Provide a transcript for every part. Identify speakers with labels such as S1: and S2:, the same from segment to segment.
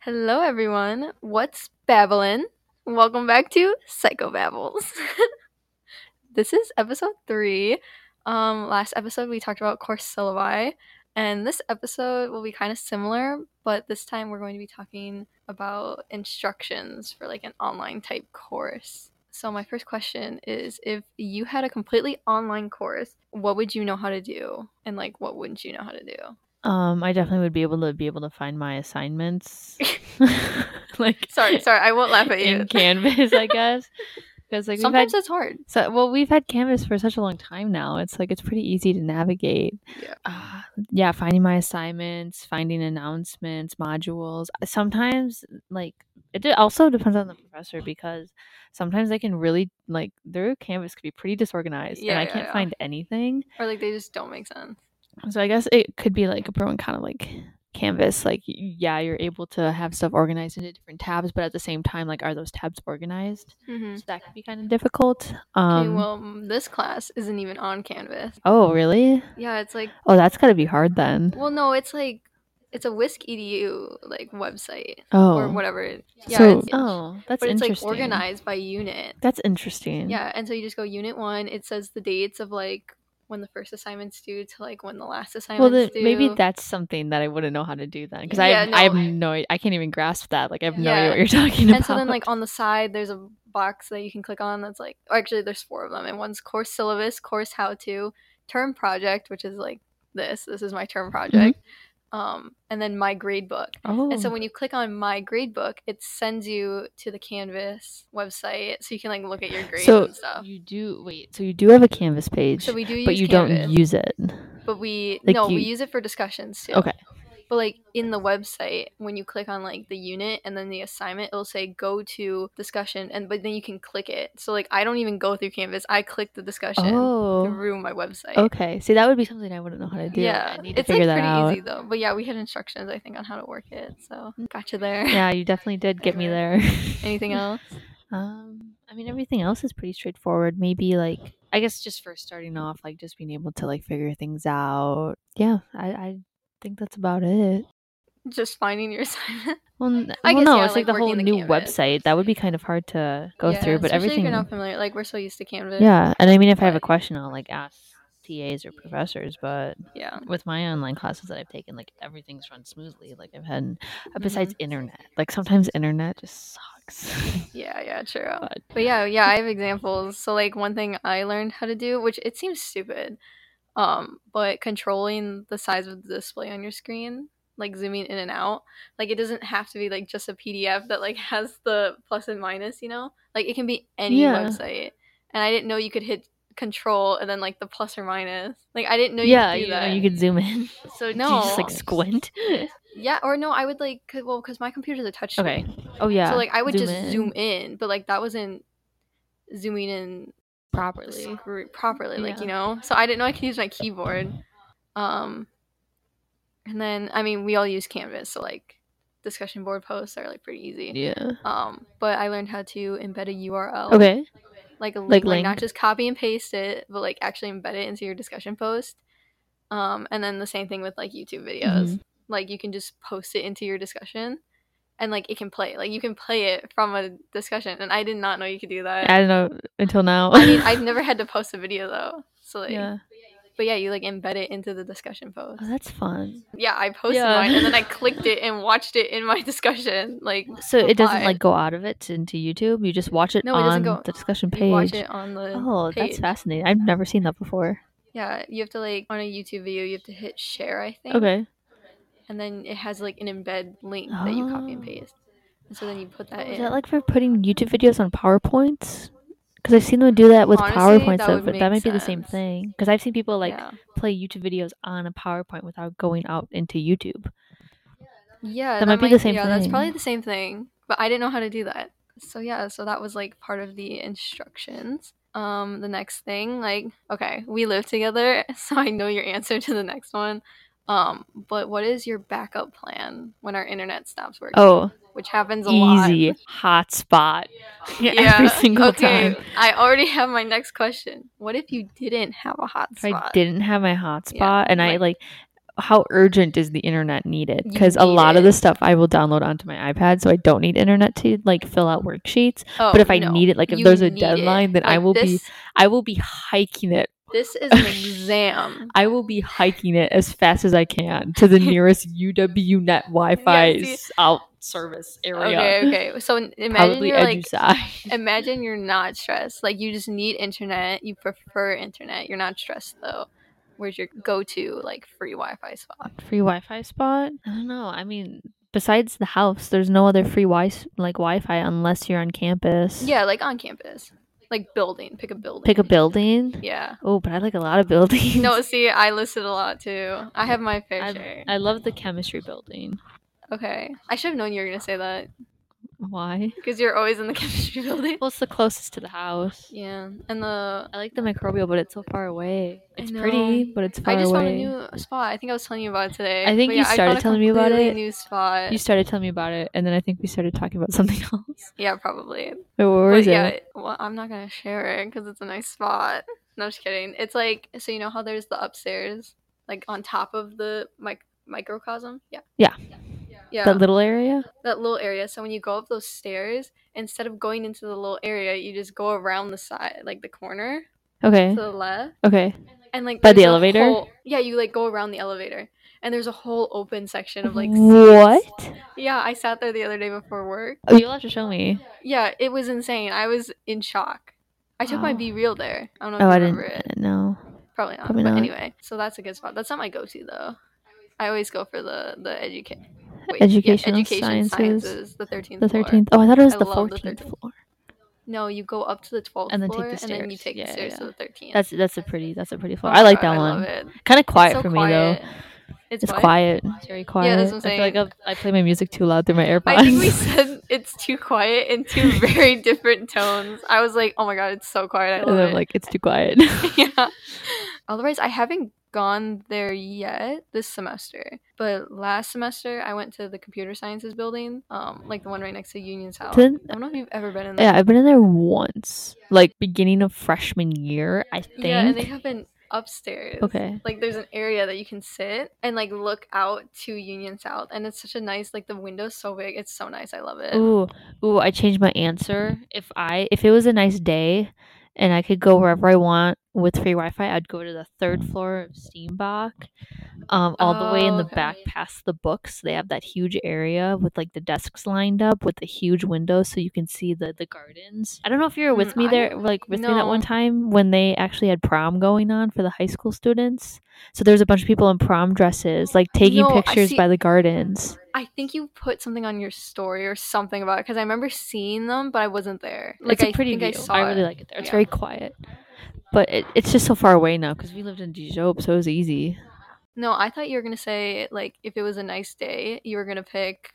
S1: Hello, everyone. What's Babylon? Welcome back to Psychobabbles. this is episode three. Um, last episode we talked about course syllabi, and this episode will be kind of similar, but this time we're going to be talking about instructions for like an online type course. So my first question is: If you had a completely online course, what would you know how to do, and like what wouldn't you know how to do?
S2: Um, I definitely would be able to be able to find my assignments. like
S1: Sorry, sorry, I won't laugh at you.
S2: in Canvas, I guess. Because like we've had
S1: Sometimes that's hard.
S2: so, well, we've had Canvas for such a long time now. It's like it's pretty easy to navigate.
S1: Yeah.
S2: Uh, yeah, finding my assignments, finding announcements, modules. Sometimes like it de- also depends on the professor because sometimes they can really like their Canvas could be pretty disorganized
S1: Yeah,
S2: and I
S1: yeah,
S2: can't
S1: yeah.
S2: find anything.
S1: Or like they just don't make sense.
S2: So I guess it could be like a pro and kind of like canvas. Like y- yeah, you're able to have stuff organized into different tabs, but at the same time, like are those tabs organized?
S1: Mm-hmm.
S2: So that could be kind of difficult. Um,
S1: Okay, well, m- this class isn't even on Canvas.
S2: oh really?
S1: Yeah, it's like,
S2: Oh, that's gotta be hard then.
S1: well, no, it's like, it's a Whisk EDU like website
S2: oh,
S1: or whatever. it- Yeah,
S2: so
S1: it's,
S2: oh, that's
S1: but it's like
S2: interesting.
S1: organized by unit.
S2: That's interesting.
S1: Yeah, and so you just go unit one. It says the dates of like when the first assignment's due to like when the last
S2: Well,
S1: assignment's due.
S2: then maybe that's something that I wouldn't know how to do then, because I,
S1: Yeah,
S2: have- I have
S1: no, I-
S2: no, I can't even grasp that. Like I have no
S1: Yeah.
S2: idea what you're talking about.
S1: And so then, like on the side, there's a box that you can click on. That's like, or actually, there's four of them, and one's course syllabus, course how to, term project, which is like this. This is my
S2: Mm-hmm.
S1: term project, um, and then my grade book.
S2: oh,
S1: And so when you click on my grade book, it sends you to the Canvas website, so you can like look at your grades
S2: So
S1: and stuff.
S2: you do wait. So you do have a Canvas page,
S1: So we do use
S2: but you
S1: Canvas,
S2: don't use it.
S1: but we
S2: like
S1: no,
S2: you-
S1: we use it for discussions too.
S2: Okay.
S1: But like in the website, when you click on like the unit and then the assignment, it'll say go to discussion, and but then you can click it. So like I don't even go through Canvas; I click the discussion
S2: Oh.
S1: through my website.
S2: Okay. See, that would be something I wouldn't know how to do.
S1: Yeah,
S2: I need to
S1: it's like
S2: figure
S1: pretty
S2: that out.
S1: easy though. But yeah, we had instructions I think on how to work it. So gotcha there.
S2: Yeah, you definitely did get me there.
S1: Anything else?
S2: Um, I mean, everything else is pretty straightforward. Maybe like, I guess just for starting off, like just being able to like figure things out. Yeah, I, I think that's about it.
S1: Just finding your assignment.
S2: Well, n-
S1: I
S2: well,
S1: guess,
S2: no,
S1: yeah,
S2: it's
S1: like,
S2: like, the
S1: working
S2: whole
S1: the
S2: new
S1: canvas.
S2: website. That would be kind of hard to go
S1: Yeah, especially
S2: through, but
S1: if
S2: everything.
S1: you're not familiar. Like we're so used to Canvas.
S2: Yeah, and I mean, if I have a
S1: But-
S2: question, I'll like ask TAs or professors. But
S1: Yeah.
S2: with my online classes that I've taken, like everything's run smoothly. Like I've had, uh, besides internet, like sometimes internet just sucks.
S1: Yeah. Yeah. Mm-hmm. True.
S2: but
S1: But yeah, yeah, I have examples. So like one thing I learned how to do, which it seems stupid, um, but controlling the size of the display on your screen, like zooming in and out, like it doesn't have to be like just a PDF that like has the plus and minus, you know? Like it can be any
S2: Yeah.
S1: website. And I didn't know you could hit control and then like the plus or minus. Like I didn't know you
S2: yeah,
S1: could do
S2: you, know,
S1: that.
S2: you could zoom in. So do you just
S1: No.
S2: like squint.
S1: Yeah, or no, I would like cause, well because my computer's a touch screen.
S2: okay. Oh yeah.
S1: So like I would
S2: zoom
S1: just
S2: in
S1: zoom in, but like that wasn't zooming in
S2: properly.
S1: screw- properly like
S2: Yeah.
S1: you know so i didn't know i could use my keyboard um and then i mean we all use canvas so like discussion board posts are like pretty easy
S2: Yeah.
S1: um but i learned how to embed a url
S2: Okay.
S1: like a link,
S2: Like
S1: like, not
S2: link.
S1: just copy and paste it but like actually embed it into your discussion post um and then the same thing with like youtube videos
S2: Mm-hmm.
S1: like you can just post it into your discussion and like it can play like you can play it from a discussion and i did not know you could do that
S2: I don't know until now.
S1: I mean, I've never had to post a video though. So like,
S2: yeah.
S1: but yeah, you like embed it into the discussion post.
S2: Oh, that's fun.
S1: Yeah, I posted
S2: Yeah.
S1: mine and then I clicked it and watched it in my discussion. Like,
S2: So it doesn't
S1: Why?
S2: like go out of it to- into YouTube. You just watch it
S1: No, it
S2: on
S1: doesn't go-
S2: the discussion
S1: you
S2: page.
S1: watch it on the
S2: Oh,
S1: page.
S2: that's fascinating. I've never seen that before.
S1: Yeah, you have to like on a YouTube video, you have to hit share, I think.
S2: Okay.
S1: And then it has like an embed link that you copy and
S2: Oh.
S1: paste. And so then you put that
S2: Oh, is
S1: in.
S2: that like for putting YouTube videos on PowerPoints? Because I've seen them do that with
S1: Honestly,
S2: PowerPoints,
S1: that
S2: though,
S1: would
S2: but
S1: make
S2: that might be the same
S1: sense.
S2: thing. Because I've seen people like
S1: yeah,
S2: play YouTube videos on a PowerPoint without going out into YouTube.
S1: yeah
S2: that might be the same
S1: Yeah, that's probably
S2: thing.
S1: the same thing. But I didn't know how to do that. So yeah, so that was like part of the instructions. Um, the next thing, like, okay, we live together, so I know your answer to the next one. Um, but what is your backup plan when our internet stops working?
S2: Oh,
S1: which happens a lot.
S2: easy hotspot every single
S1: okay.
S2: time.
S1: I already have my next question. What if you didn't have a
S2: If I
S1: hotspot?
S2: didn't have my hotspot and I like how urgent is the internet needed?
S1: You
S2: Because a
S1: need
S2: lot of
S1: it.
S2: the stuff I will download onto my iPad, so I don't need internet to like fill out worksheets.
S1: Oh,
S2: but if I
S1: no.
S2: need it, like if
S1: You
S2: there's a
S1: need it.
S2: deadline, then I
S1: Like,
S2: will be
S1: this-
S2: I will be hiking it.
S1: This is an exam.
S2: I will be hiking it as fast as I can to the nearest UWNet Wi-Fi
S1: see-
S2: s- out service area.
S1: Okay, okay. So n- imagine
S2: Probably
S1: you're like
S2: EduSci.
S1: imagine you're not stressed. Like you just need internet. You prefer internet. You're not stressed though. Where's your go-to like free Wi-Fi spot?
S2: free Wi-Fi spot? I don't know. I mean, besides the house, there's no other free wi- like Wi-Fi unless you're on campus.
S1: Yeah, like on campus, like building. Pick a building.
S2: Pick a building.
S1: Yeah.
S2: Oh, but I like a lot of buildings.
S1: No, see, I listed a lot too. I have my fair
S2: I,
S1: share.
S2: I love the chemistry building.
S1: okay, I should have known you were gonna say that
S2: Why?
S1: because you're always in the chemistry building.
S2: Well, it's the closest to the house.
S1: Yeah, and the
S2: I like the microbial, but it's so far away.
S1: I
S2: It's pretty,
S1: know.
S2: but it's far
S1: I just
S2: away.
S1: found a new spot. I think I was telling you about it today.
S2: I think
S1: But
S2: you
S1: yeah,
S2: started
S1: found a
S2: telling me about
S1: completely
S2: it.
S1: New spot.
S2: You started telling me about it, and then I think we started talking about something else.
S1: yeah, probably.
S2: Wait, what
S1: But
S2: was
S1: yeah,
S2: it?
S1: well, I'm not gonna share it because it's a nice spot. No, I'm just kidding. It's like so you know how there's the upstairs, like on top of the mic- microcosm. Yeah.
S2: Yeah.
S1: Yeah.
S2: That little area?
S1: that little area. So when you go up those stairs, instead of going into the little area, you just go around the side, like the corner to
S2: Okay.
S1: the left,
S2: Okay.
S1: and like
S2: By the
S1: there's a
S2: elevator?
S1: whole- yeah, you like go around the elevator, and there's a whole open section of like seats.
S2: what?
S1: Yeah, I sat there the other day before work.
S2: Oh, you'll have to show me.
S1: Yeah, it was insane. I was in shock. I took my
S2: Wow.
S1: B reel there. I don't know if
S2: Oh,
S1: you
S2: I
S1: remember it.
S2: didn't know.
S1: Probably not.
S2: probably
S1: but
S2: not.
S1: anyway, so that's a good spot. That's not my go to though. I always go for the the educa- wait, yeah,
S2: Educational sciences.
S1: the thirteenth,
S2: The thirteenth. Oh, I thought it was
S1: I
S2: the
S1: love the
S2: fourteenth
S1: 13th.
S2: floor.
S1: No, you go up to the 12th
S2: And then take
S1: floor,
S2: the
S1: and then you
S2: stairs.
S1: take
S2: Yeah,
S1: the stairs
S2: yeah.
S1: to the 13th.
S2: That's that's a pretty that's a pretty floor.
S1: Oh my
S2: I like
S1: God,
S2: that
S1: I
S2: one.
S1: love it.
S2: Kind of quiet
S1: It's so
S2: for me
S1: quiet.
S2: though.
S1: It's,
S2: It's, quiet. It's very quiet.
S1: that's what I'm
S2: I feel like
S1: saying.
S2: I've- I play my music too loud through my AirPods.
S1: I think we said it's too quiet in two very different tones. I was like, oh my god, it's so quiet. I
S2: and
S1: love
S2: I'm
S1: it.
S2: like, it's too quiet.
S1: yeah. Otherwise, I haven't gone there yet this semester. But last semester, I went to the computer sciences building, um, like the one right next to Union's house. I
S2: Didn't-
S1: don't know if you've ever been in there.
S2: yeah, I've been in there once, like beginning of freshman year, I think.
S1: Yeah, and they have an upstairs.
S2: okay.
S1: like there's an area that you can sit and like look out to Union South and it's such a nice like the window's so big. It's so nice. I love it.
S2: Ooh, ooh, I changed my answer. If I if it was a nice day and I could go wherever I want with free Wi-Fi, I'd go to the third floor of Steambach, um, all the way in the
S1: Oh, Okay.
S2: back past the books. They have that huge area with like the desks lined up with the huge windows, so you can see the the gardens. I don't know if you were with
S1: Mm,
S2: me
S1: I
S2: there,
S1: don't-
S2: like with me that one
S1: no.
S2: time when they actually had prom going on for the high school students. So there's a bunch of people in prom dresses, like taking
S1: No, I
S2: pictures
S1: see-
S2: by the gardens.
S1: I think you put something on your story or something about it because I remember seeing them, but I wasn't there.
S2: Like
S1: Like
S2: it's a
S1: I
S2: pretty
S1: think
S2: view.
S1: I
S2: I,
S1: saw
S2: really
S1: it.
S2: like it there. It's
S1: Yeah.
S2: very quiet, but it, it's just so far away now because we lived in Dijope, so it was easy.
S1: No, I thought you were gonna say like if it was a nice day, you were gonna pick.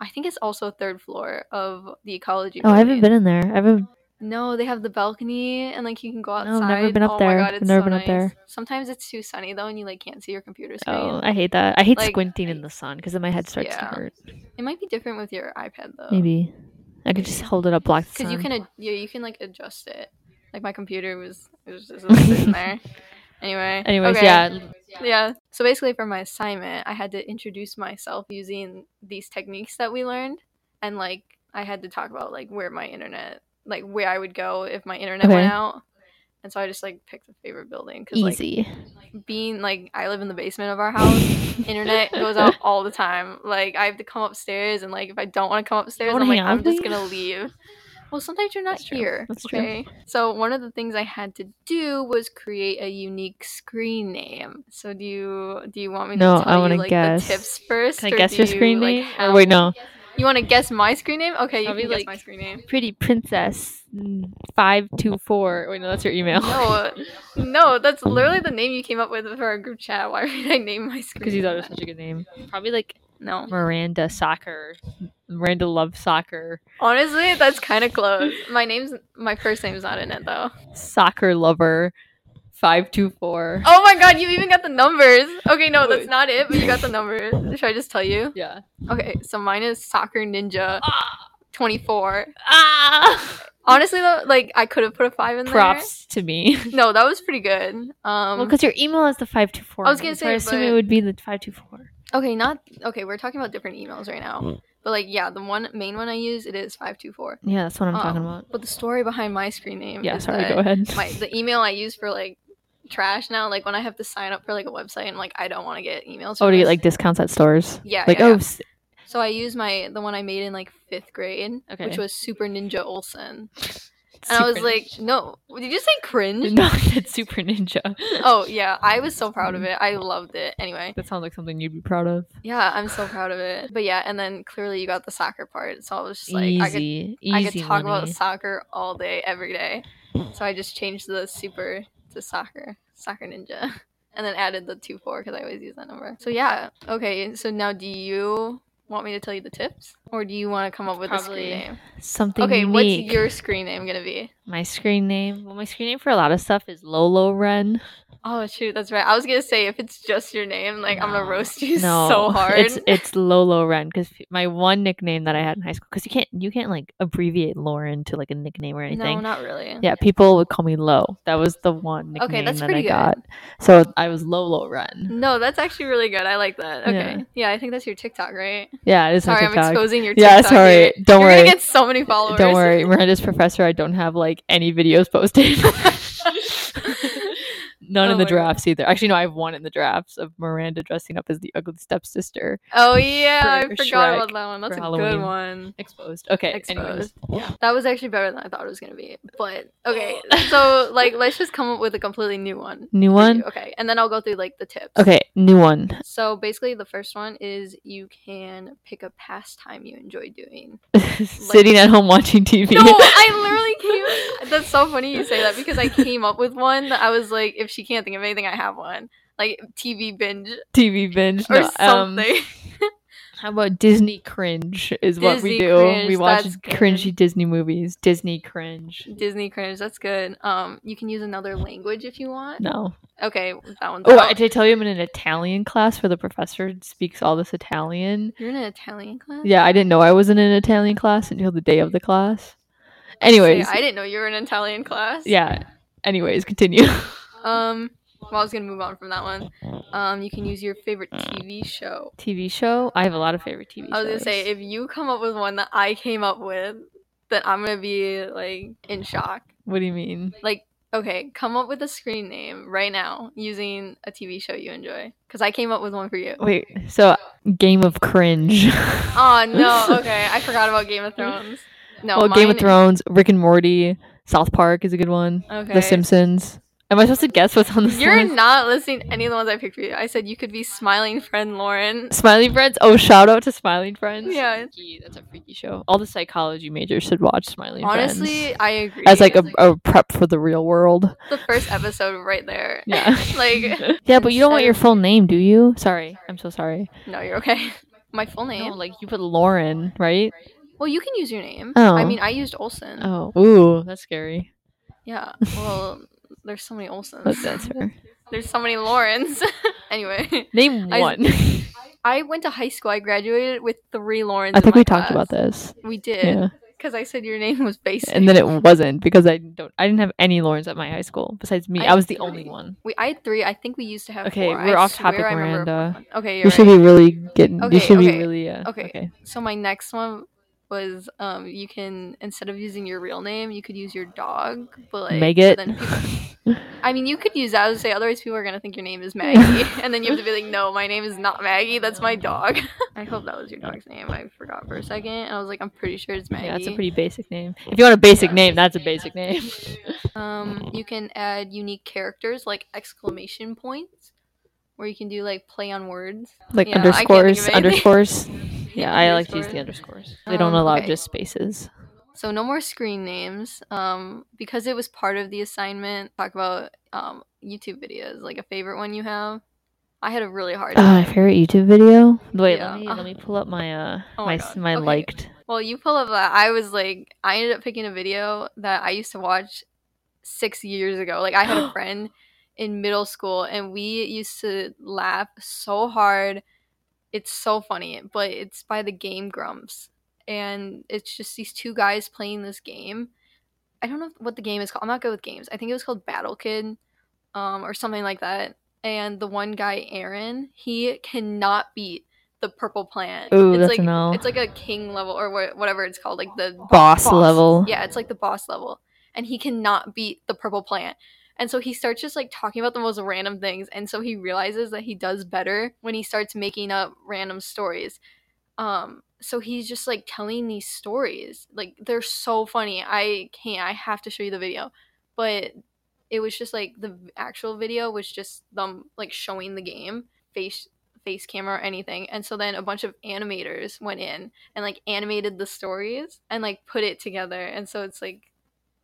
S1: I think it's also third floor of the ecology.
S2: Oh, I haven't
S1: building.
S2: been in there. I haven't.
S1: No, they have the balcony and like you can go
S2: No,
S1: outside.
S2: I've never been up
S1: oh
S2: there.
S1: my god,
S2: I've
S1: it's
S2: never
S1: so
S2: been up
S1: nice.
S2: there.
S1: Sometimes it's too sunny though, and you like can't see your computer screen.
S2: Oh, I hate that. I hate
S1: Like-
S2: squinting in the sun because then my head starts to
S1: Yeah.
S2: hurt.
S1: It might be different with your iPad though.
S2: Maybe I could just hold it up, block the sun.
S1: because you can ad- yeah you can like adjust it. Like my computer was it was just sitting there. Anyway.
S2: Anyways,
S1: okay.
S2: yeah.
S1: Yeah. So basically, for my assignment, I had to introduce myself using these techniques that we learned, and like I had to talk about like where my internet, like where I would go if my internet
S2: Okay.
S1: went out. And so I just like picked a favorite building because like
S2: easy.
S1: being like I live in the basement of our house, internet goes out all the time. Like I have to come upstairs, and like if I don't want to come upstairs,
S2: wanna
S1: I'm like
S2: hang out
S1: I'm
S2: with
S1: just
S2: me?
S1: gonna leave. Well, sometimes you're not
S2: That's true.
S1: here.
S2: That's true.
S1: okay? So one of the things I had to do was create a unique screen name. So do you do you want me to
S2: No,
S1: tell
S2: I wanna
S1: you like
S2: guess.
S1: the tips first?
S2: Can I
S1: or
S2: guess
S1: do
S2: your
S1: you,
S2: screen
S1: like,
S2: name? Or
S1: have-
S2: wait, no.
S1: You want to guess my screen name? Okay, you
S2: Probably,
S1: can guess
S2: like,
S1: my screen name.
S2: Pretty princess mm, five two four. Wait, no, that's your email.
S1: No, uh, no, that's literally the name you came up with for our group chat. Why would I name my screen?
S2: because you thought it was
S1: that?
S2: such a good name. Probably like
S1: no.
S2: Miranda Soccer. Miranda loves soccer.
S1: Honestly, that's kind of close. My name's my first name's not in it though.
S2: soccer lover 524
S1: Oh my god, you even got the numbers. Okay, no, that's
S2: Wait.
S1: not it, but you got the numbers. Should I just tell you?
S2: yeah
S1: ah, Okay, so mine is Soccer Ninja 24.
S2: ah!
S1: Honestly though, like I could have put a five in
S2: Props to me.
S1: there. No, that was pretty good. Um,
S2: well, because your email is the five two four.
S1: I was gonna say,
S2: I assume it
S1: but-
S2: would be the five two four.
S1: okay, not okay. We're talking about different emails right now, but like yeah, the one main one I use it is five two four.
S2: Yeah, that's what I'm talking
S1: Um,
S2: about.
S1: But the story behind my screen name.
S2: Yeah,
S1: is
S2: sorry.
S1: that
S2: Go ahead.
S1: My the email I use for like trash now, like when I have to sign up for like a website and like I don't want to get emails.
S2: oh,
S1: from
S2: do you get
S1: this.
S2: like discounts at stores?
S1: Yeah.
S2: Like
S1: yeah,
S2: oh,
S1: yeah.
S2: s-
S1: So I use my the one I made in like fifth grade,
S2: Okay.
S1: which was Super Ninja Olsen, and I was
S2: Super
S1: like,
S2: Ninja.
S1: no, did you say cringe?
S2: no, that's super ninja.
S1: Oh yeah, I was so proud of it. I loved it. Anyway,
S2: that sounds like something you'd be proud of.
S1: yeah, I'm so proud of it. But yeah, and then clearly you got the soccer part, so I was just like,
S2: easy,
S1: I could
S2: easy.
S1: I could talk
S2: money.
S1: about soccer all day, every day. So I just changed the super to soccer, soccer ninja, and then added the two four because I always use that number. So yeah, okay. So now, do you want me to tell you the tips, or do you want to come up with a
S2: Probably
S1: screen name?
S2: something.
S1: Okay,
S2: unique.
S1: what's your screen name gonna be?
S2: my screen name? Well, my screen name for a lot of stuff is Lolo Ren.
S1: Oh shoot, that's right. I was gonna say if it's just your name, like I'm gonna
S2: No,
S1: roast you so hard.
S2: It's it's Lolo Ren because my one nickname that I had in high school because you can't you can't like abbreviate Lauren to like a nickname or anything.
S1: No, not really.
S2: Yeah, people would call me Lo. That was the one nickname
S1: Okay, that's
S2: that I
S1: pretty Mm.
S2: got. So I was Lolo Ren.
S1: No, that's actually really good. I like that. Okay.
S2: Yeah.
S1: Yeah, I think that's your TikTok, right?
S2: Yeah, it is
S1: sorry,
S2: on TikTok.
S1: I'm exposing your TikTok.
S2: Yeah, sorry.
S1: here.
S2: Don't
S1: You're
S2: worry.
S1: gonna get so many followers.
S2: Don't worry, Miranda's professor. I don't have like any videos posted. None
S1: Oh
S2: in the
S1: my God.
S2: drafts either. Actually, no, I have one in the drafts of Miranda dressing up as the ugly stepsister.
S1: Oh yeah,
S2: For
S1: I forgot
S2: Shrek,
S1: about that one. That's a
S2: for
S1: good
S2: Halloween.
S1: one.
S2: Exposed. Okay. Anyways.
S1: Exposed. Yeah. That was actually better than I thought it was gonna be. But okay, so like let's just come up with a completely new one.
S2: New
S1: for
S2: one.
S1: you, Okay, and then I'll go through like the tips.
S2: Okay, new one.
S1: So basically, the first one is you can pick a pastime you enjoy doing.
S2: Sitting at home watching TV.
S1: No, I literally came. That's so funny you say that because I came up with one that I was like, if she can't think of anything, I have one. Like TV binge
S2: TV binge
S1: or
S2: no, um,
S1: something.
S2: How about Disney cringe? Is what
S1: Disney
S2: we do. we
S1: cringe,
S2: watch
S1: that's good.
S2: cringy Disney movies. Disney cringe.
S1: Disney cringe. That's good. Um, you can use another language if you want.
S2: No.
S1: Okay, that one's.
S2: Oh,
S1: out.
S2: did I tell you I'm in an Italian class where the professor speaks all this Italian?
S1: You're in an Italian class.
S2: Yeah, I didn't know I was in an Italian class until the day of the class.
S1: Say,
S2: Anyways,
S1: I didn't know you were in an Italian class.
S2: yeah. Anyways, continue.
S1: Um. Well, I was gonna move on from that one. Um, you can use your favorite TV show.
S2: TV show. I have a lot of favorite TV shows.
S1: I was gonna say if you come up with one that I came up with, then I'm gonna be like in shock.
S2: what do you mean?
S1: Like, okay, come up with a screen name right now using a TV show you enjoy. Cause I came up with one for you.
S2: Wait, so Game of Cringe.
S1: Oh no. Okay, I forgot about Game of Thrones. No,
S2: well, Game of
S1: mine-
S2: Thrones, Rick and Morty, South Park is a good one.
S1: Okay.
S2: The Simpsons. Am I supposed to guess what's on this
S1: You're
S2: list?
S1: not listening to any of the ones I picked for you. I said you could be smiling friend Lauren.
S2: Smiling Friends. Oh, shout out to Smiling Friends.
S1: Yeah.
S2: Freaky, That's a freaky show. All the psychology majors should watch Smiling Friends.
S1: Honestly, I agree.
S2: as like a, a prep for the real world.
S1: the first episode right there.
S2: Yeah.
S1: like
S2: Yeah, but you don't want
S1: Instead
S2: your
S1: of-
S2: full name, do you? Sorry, I'm so sorry.
S1: no, you're okay. My full name.
S2: like you put Lauren, right?
S1: Well, you can use your name.
S2: Oh.
S1: I mean, I used Olsen.
S2: Oh, ooh, that's scary.
S1: Yeah. Well, there's so many Olsons.
S2: That's, that's her.
S1: There's so many Laurens. anyway,
S2: Name
S1: I-
S2: one. I,
S1: I went to high school. I graduated with three Laurens. in
S2: think
S1: my
S2: we talked
S1: class.
S2: about this.
S1: We did.
S2: Yeah,
S1: Because I said your name was basic.
S2: and then it wasn't because I don't. I didn't have any Laurens at my high school besides me.
S1: I
S2: I, was the
S1: agree.
S2: only one.
S1: we, I had three. I think we used to have
S2: Okay,
S1: four. I
S2: we're off topic,
S1: swear I remember a
S2: Miranda.
S1: fourth one. Okay,
S2: You
S1: you're
S2: should
S1: right.
S2: be really getting.
S1: Okay,
S2: you should
S1: okay,
S2: be really. Uh,
S1: okay. So my next one was um you can instead of using your real name you could use your dog but like
S2: Meg
S1: so
S2: it.
S1: then people- I mean you could use that I would say otherwise people are gonna think your name is Maggie and then you have to be like no my name is not Maggie that's my dog I hope that was your dog's name I forgot for a second and I was like I'm pretty sure it's Maggie
S2: Yeah, that's a pretty basic name. If you want a basic
S1: Yeah.
S2: name, that's a basic name.
S1: um you can add unique characters like exclamation points where you can do like play on words
S2: like
S1: Yeah, I can't think of
S2: underscores,
S1: anything.
S2: underscores. Yeah, I like to use the underscores. They don't
S1: Um,
S2: allow
S1: okay.
S2: just spaces.
S1: So no more screen names. Um, because it was part of the assignment, talk about um YouTube videos, like a favorite one you have. I had a really hard
S2: Oh, my
S1: time.
S2: favorite YouTube video. Wait,
S1: Yeah.
S2: let me let me pull up my uh
S1: Oh my
S2: my
S1: God.
S2: s my
S1: Okay.
S2: liked.
S1: well, you pull up that. I was like, I ended up picking a video that I used to watch six years ago. Like I had a friend in middle school, and we used to laugh so hard. It's so funny, but it's by the Game Grumps, and it's just these two guys playing this game. I don't know what the game is called. I'm not good with games. I think it was called Battle Kid, um, or something like that. And the one guy, Aaron, he cannot beat the purple plant.
S2: Ooh,
S1: it's
S2: that's
S1: like
S2: an L.
S1: it's like a king level or wha- whatever it's called, like the
S2: Oh. boss, level.
S1: yeah, it's like the boss level, and he cannot beat the purple plant. And so he starts just like talking about the most random things, and so he realizes that he does better when he starts making up random stories. Um, so he's just like telling these stories, like they're so funny. I can't. I have to show you the video, but it was just like the actual video was just them like showing the game face face camera or anything and so then a bunch of animators went in and like animated the stories and like put it together and so it's like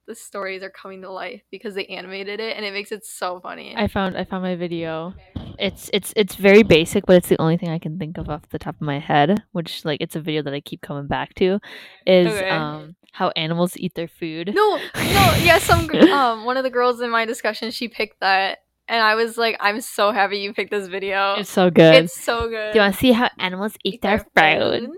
S1: the stories are coming to life because they animated it and it makes it so funny
S2: I found I found my video. It's it's it's very basic, but it's the only thing I can think of off the top of my head. Which like it's a video that I keep coming back to, is
S1: Okay.
S2: um how animals eat their food.
S1: no no yeah some gr- um one of the girls in my discussion she picked that and i was like i'm so happy you picked this video
S2: It's so good.
S1: It's so good
S2: Do you want to see how animals eat,
S1: Eat
S2: their,
S1: their
S2: food?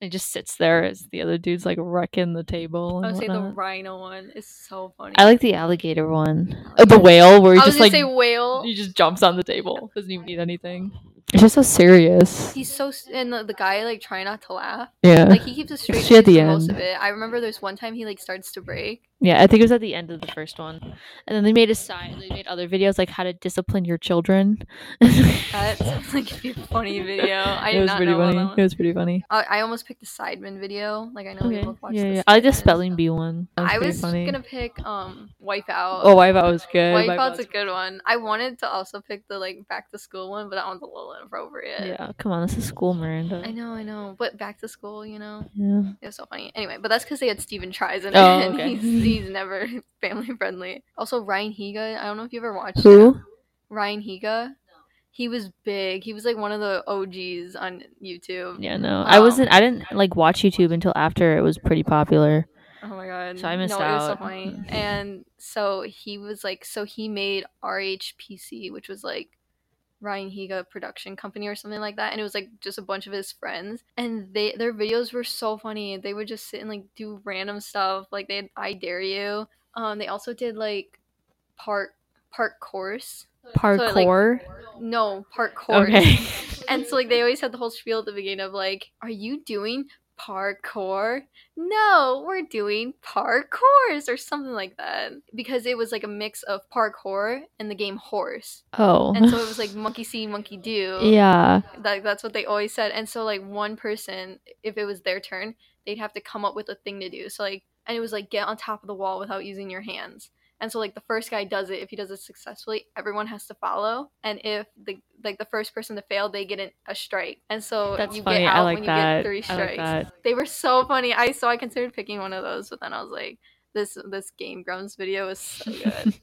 S2: It just sits there as the other dude's like wrecking the table.
S1: i
S2: And
S1: would say the
S2: whatnot.
S1: rhino one is so funny
S2: I like the alligator one. Oh, the whale where
S1: i
S2: he
S1: was
S2: just
S1: gonna
S2: like
S1: say whale
S2: he just jumps on the table, doesn't even eat anything. It's just so serious.
S1: he's so s- and the, the guy like try not to laugh
S2: yeah.
S1: like he keeps a straight
S2: She
S1: face
S2: Uh, at the
S1: for most
S2: end.
S1: of it i remember there's one time he like starts to break
S2: Yeah, I think it was at the end of the first one, and then they made a side. They made other videos like how to discipline your children.
S1: that sounds like a funny video i
S2: it
S1: did
S2: was
S1: not
S2: pretty
S1: know about
S2: funny.
S1: that
S2: It
S1: one.
S2: was pretty funny.
S1: I, I almost picked the sideman video like i know we
S2: Okay.
S1: both watched
S2: Yeah,
S1: the
S2: yeah. I like the
S1: Sidemen.
S2: spelling bee one. That
S1: i
S2: pretty
S1: was
S2: funny.
S1: gonna pick um wipeout
S2: Oh, Wipeout was good.
S1: wipeout's a good one i wanted to also pick the like back to school one but that one's a little inappropriate
S2: Yeah, come on, this is school, Miranda.
S1: i know i know but back to school you know
S2: Yeah.
S1: It was so funny. Anyway, but that's because they had Steven Tries in it,
S2: Oh,
S1: and
S2: okay.
S1: he's, he's never family friendly. Also, Ryan Higa. I don't know if you ever watched him.
S2: Who?
S1: Ryan Higa. He was big. He was like one of the OGs on YouTube.
S2: Yeah, no, I
S1: Um,
S2: wasn't. I didn't like watch YouTube until after it was pretty popular.
S1: Oh my god.
S2: So I missed
S1: no, It was so
S2: out.
S1: funny. And so he was like, so he made RHPC, which was like Ryan Higa production company or something like that. And it was like just a bunch of his friends. And they their videos were so funny. They would just sit and like do random stuff. Like they had I Dare You. Um they also did like part part course. like,
S2: Parkour.
S1: No, part course.
S2: okay.
S1: And so like they always had the whole spiel at the beginning of like, are you doing parkour? No, we're doing parkours or something like that. Because it was like a mix of parkour and the game horse.
S2: oh.
S1: And so it was like monkey see, monkey do.
S2: yeah.
S1: Like that's what they always said. And so like one person, if it was their turn, they'd have to come up with a thing to do. So like and it was like get on top of the wall without using your hands. And so like the first guy does it, if he does it successfully, everyone has to follow. And if the like the first person to fail, they get an, a strike. And so
S2: That's
S1: you
S2: funny.
S1: get out
S2: I like
S1: when
S2: that.
S1: you get three
S2: I like
S1: strikes.
S2: that.
S1: They were so funny. I so I considered picking one of those, but then I was like, this this Game Grumps video was so good.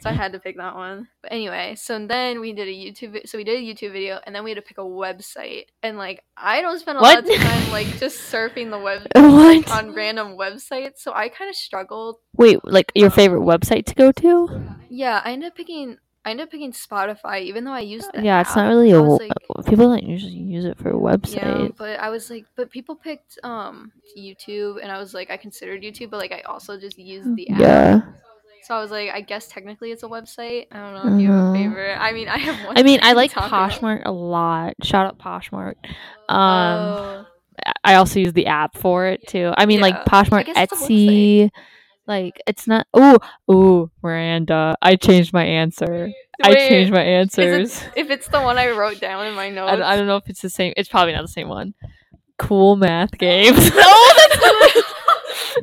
S1: So I had to pick that one. But anyway, so then we did a YouTube. vi- So we did a YouTube video, and then we had to pick a website. And like, I don't spend a lot
S2: What?
S1: of time like just surfing the web
S2: What?
S1: on random websites. So I kind of struggled.
S2: Wait, like your favorite website to go to?
S1: Um, Yeah, I ended up picking. I ended up picking Spotify, even though I used. The
S2: Yeah, it's
S1: app.
S2: not really
S1: I
S2: a
S1: was
S2: w-
S1: like,
S2: people don't usually use it for a
S1: yeah,
S2: website.
S1: but I was like, but people picked um YouTube, and I was like, I considered YouTube, but like I also just used the app.
S2: Yeah.
S1: So I was like, I guess technically it's a website. I don't know if you have a
S2: Mhm.
S1: favorite. I mean, I have one.
S2: I mean,
S1: that
S2: I
S1: can
S2: like
S1: talk about.
S2: Poshmark a lot. Shout out Poshmark. Um,
S1: Oh.
S2: I also use the app for it too. I mean,
S1: Yeah.
S2: like
S1: I
S2: Poshmark,
S1: guess it's a
S2: Etsy. Like it's not. Oh, oh, Miranda, I changed my answer. I
S1: Wait,
S2: changed my
S1: is it-
S2: answers.
S1: if it's the one I wrote down in my notes.
S2: I, don't- I don't know if it's the same. It's probably not the same one. Cool math games.
S1: no, that's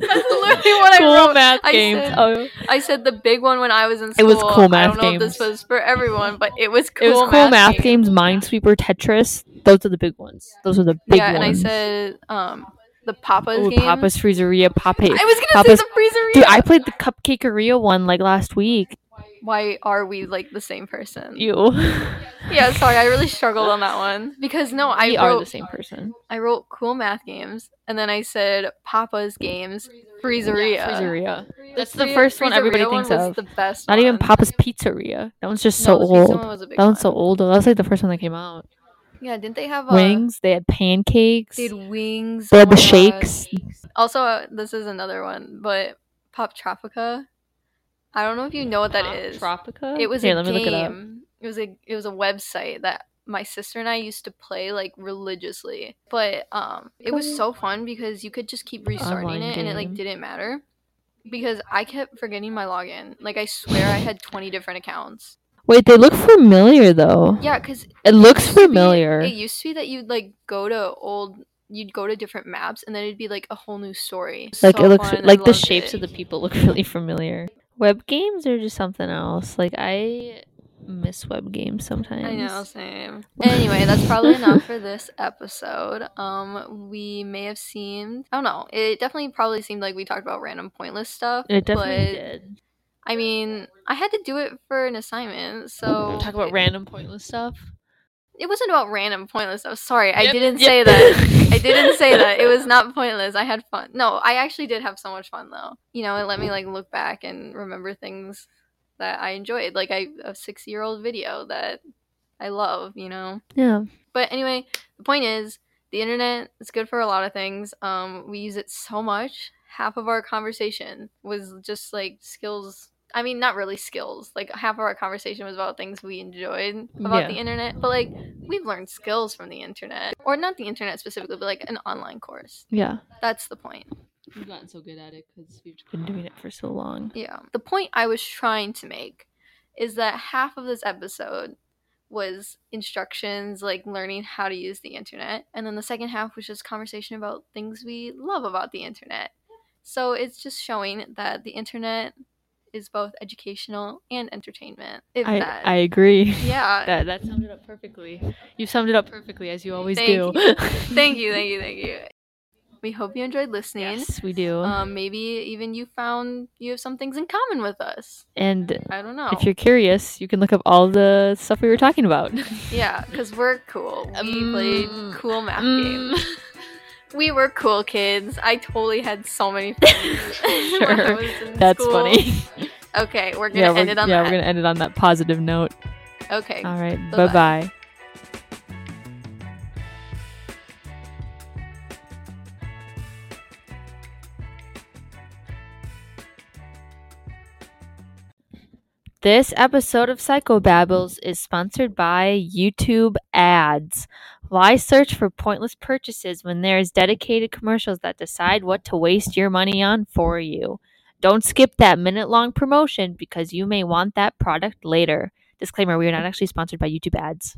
S1: literally, that's literally what
S2: cool
S1: I wrote.
S2: math
S1: I
S2: games.
S1: said-
S2: oh,
S1: I said the big one when I was in
S2: It
S1: school.
S2: was cool
S1: I
S2: math
S1: don't know if this
S2: games.
S1: was for everyone, but it was cool.
S2: it was cool math, games. Minesweeper, Tetris. Those are the big ones. Those are the big
S1: yeah, and I
S2: ones.
S1: said um the Papa's
S2: Ooh,
S1: game.
S2: Papa's Freezeria, Papa.
S1: I was gonna
S2: Papa's-
S1: say the freezer.
S2: Dude, I played the Cupcakeria one like last week.
S1: Why are we like the same person?
S2: You.
S1: Yeah, sorry, I really struggled on that one because no, I
S2: we
S1: wrote
S2: are the same person.
S1: I wrote cool math games, and then I said Papa's games, Freezeria.
S2: Pizzeria. That's the
S1: Fre-
S2: first one everybody
S1: Freezeria
S2: thinks
S1: one was
S2: of.
S1: The best
S2: Not even
S1: one.
S2: Papa's Pizzeria. That one's just
S1: No,
S2: so
S1: the pizza
S2: old.
S1: one was a big
S2: that one's so
S1: one.
S2: old. That was like the first one that came out.
S1: Yeah, didn't they have uh,
S2: Wings. They had pancakes.
S1: They had wings.
S2: They
S1: oh
S2: had
S1: my
S2: the
S1: God.
S2: shakes.
S1: Also, uh, this is another one, but Pop Tropica. I don't know if you know what that
S2: Pop
S1: is.
S2: Tropica.
S1: It was
S2: Here,
S1: a
S2: let me
S1: game.
S2: look it up.
S1: it was a it was a website that my sister and I used to play like religiously. But um it was
S2: Okay.
S1: so fun because you could just keep restarting
S2: Oh. Online
S1: it and it like
S2: game.
S1: didn't matter. Because I kept forgetting my login. Like I swear I had 20 different accounts.
S2: Wait, they look familiar though.
S1: Yeah, cuz
S2: It looks
S1: used to be-
S2: familiar.
S1: it used to be that you'd like go to old you'd go to different maps and then it'd be like a whole new story.
S2: like
S1: So
S2: it looks
S1: fun, I
S2: like the
S1: loved it.
S2: shapes of the people look really familiar. Web games are just something else. Like I miss web games sometimes.
S1: I know, same. Anyway, that's probably enough for this episode. Um, we may have seemed I don't know. It definitely probably seemed like we talked about random pointless stuff.
S2: It definitely
S1: but,
S2: did.
S1: I mean, I had to do it for an assignment, so
S2: Talk about random pointless stuff.
S1: it wasn't about random pointless. I'm sorry, I
S2: Yep,
S1: didn't
S2: yep.
S1: say that. I didn't say that. It was not pointless. I had fun. No, I actually did have so much fun though. You know, it let me like look back and remember things that I enjoyed, like I a six year old video that I love. You know.
S2: Yeah.
S1: But anyway, the point is the internet is good for a lot of things. Um, we use it so much. Half of our conversation was just like skills. I mean, not really skills. Like half of our conversation was about things we enjoyed about
S2: Yeah.
S1: the internet. But like we've learned skills from the internet, or not the internet specifically, but like an online course.
S2: Yeah.
S1: That's the point.
S2: We've gotten so good at it because we've been doing it for so long.
S1: Yeah. The point I was trying to make is that half of this episode was instructions, like learning how to use the internet. And then the second half was just conversation about things we love about the internet. So it's just showing that the internet is both educational and entertainment. If
S2: I
S1: that.
S2: I agree.
S1: yeah.
S2: That that summed it up perfectly. You summed it up perfectly as you always
S1: Thank
S2: do.
S1: you. thank you, thank you, thank you. We hope you enjoyed listening.
S2: Yes, we do.
S1: Um, maybe even you found you have some things in common with us.
S2: and
S1: I don't know.
S2: if you're curious, you can look up all the stuff we were talking about.
S1: Yeah, because we're cool. We
S2: Mm.
S1: played cool math
S2: Mm.
S1: games. We were cool kids. I totally had so many friends. when I
S2: Sure.
S1: was in
S2: That's
S1: school.
S2: funny.
S1: Okay, we're gonna
S2: yeah, we're,
S1: end it on
S2: yeah,
S1: that.
S2: we're gonna end it on that positive note.
S1: Okay.
S2: All right,
S1: Bye-bye.
S2: bye bye. This episode of Psychobabbles is sponsored by YouTube ads. Why search for pointless purchases when there is dedicated commercials that decide what to waste your money on for you? Don't skip that minute-long promotion because you may want that product later. Disclaimer: We are not actually sponsored by YouTube ads.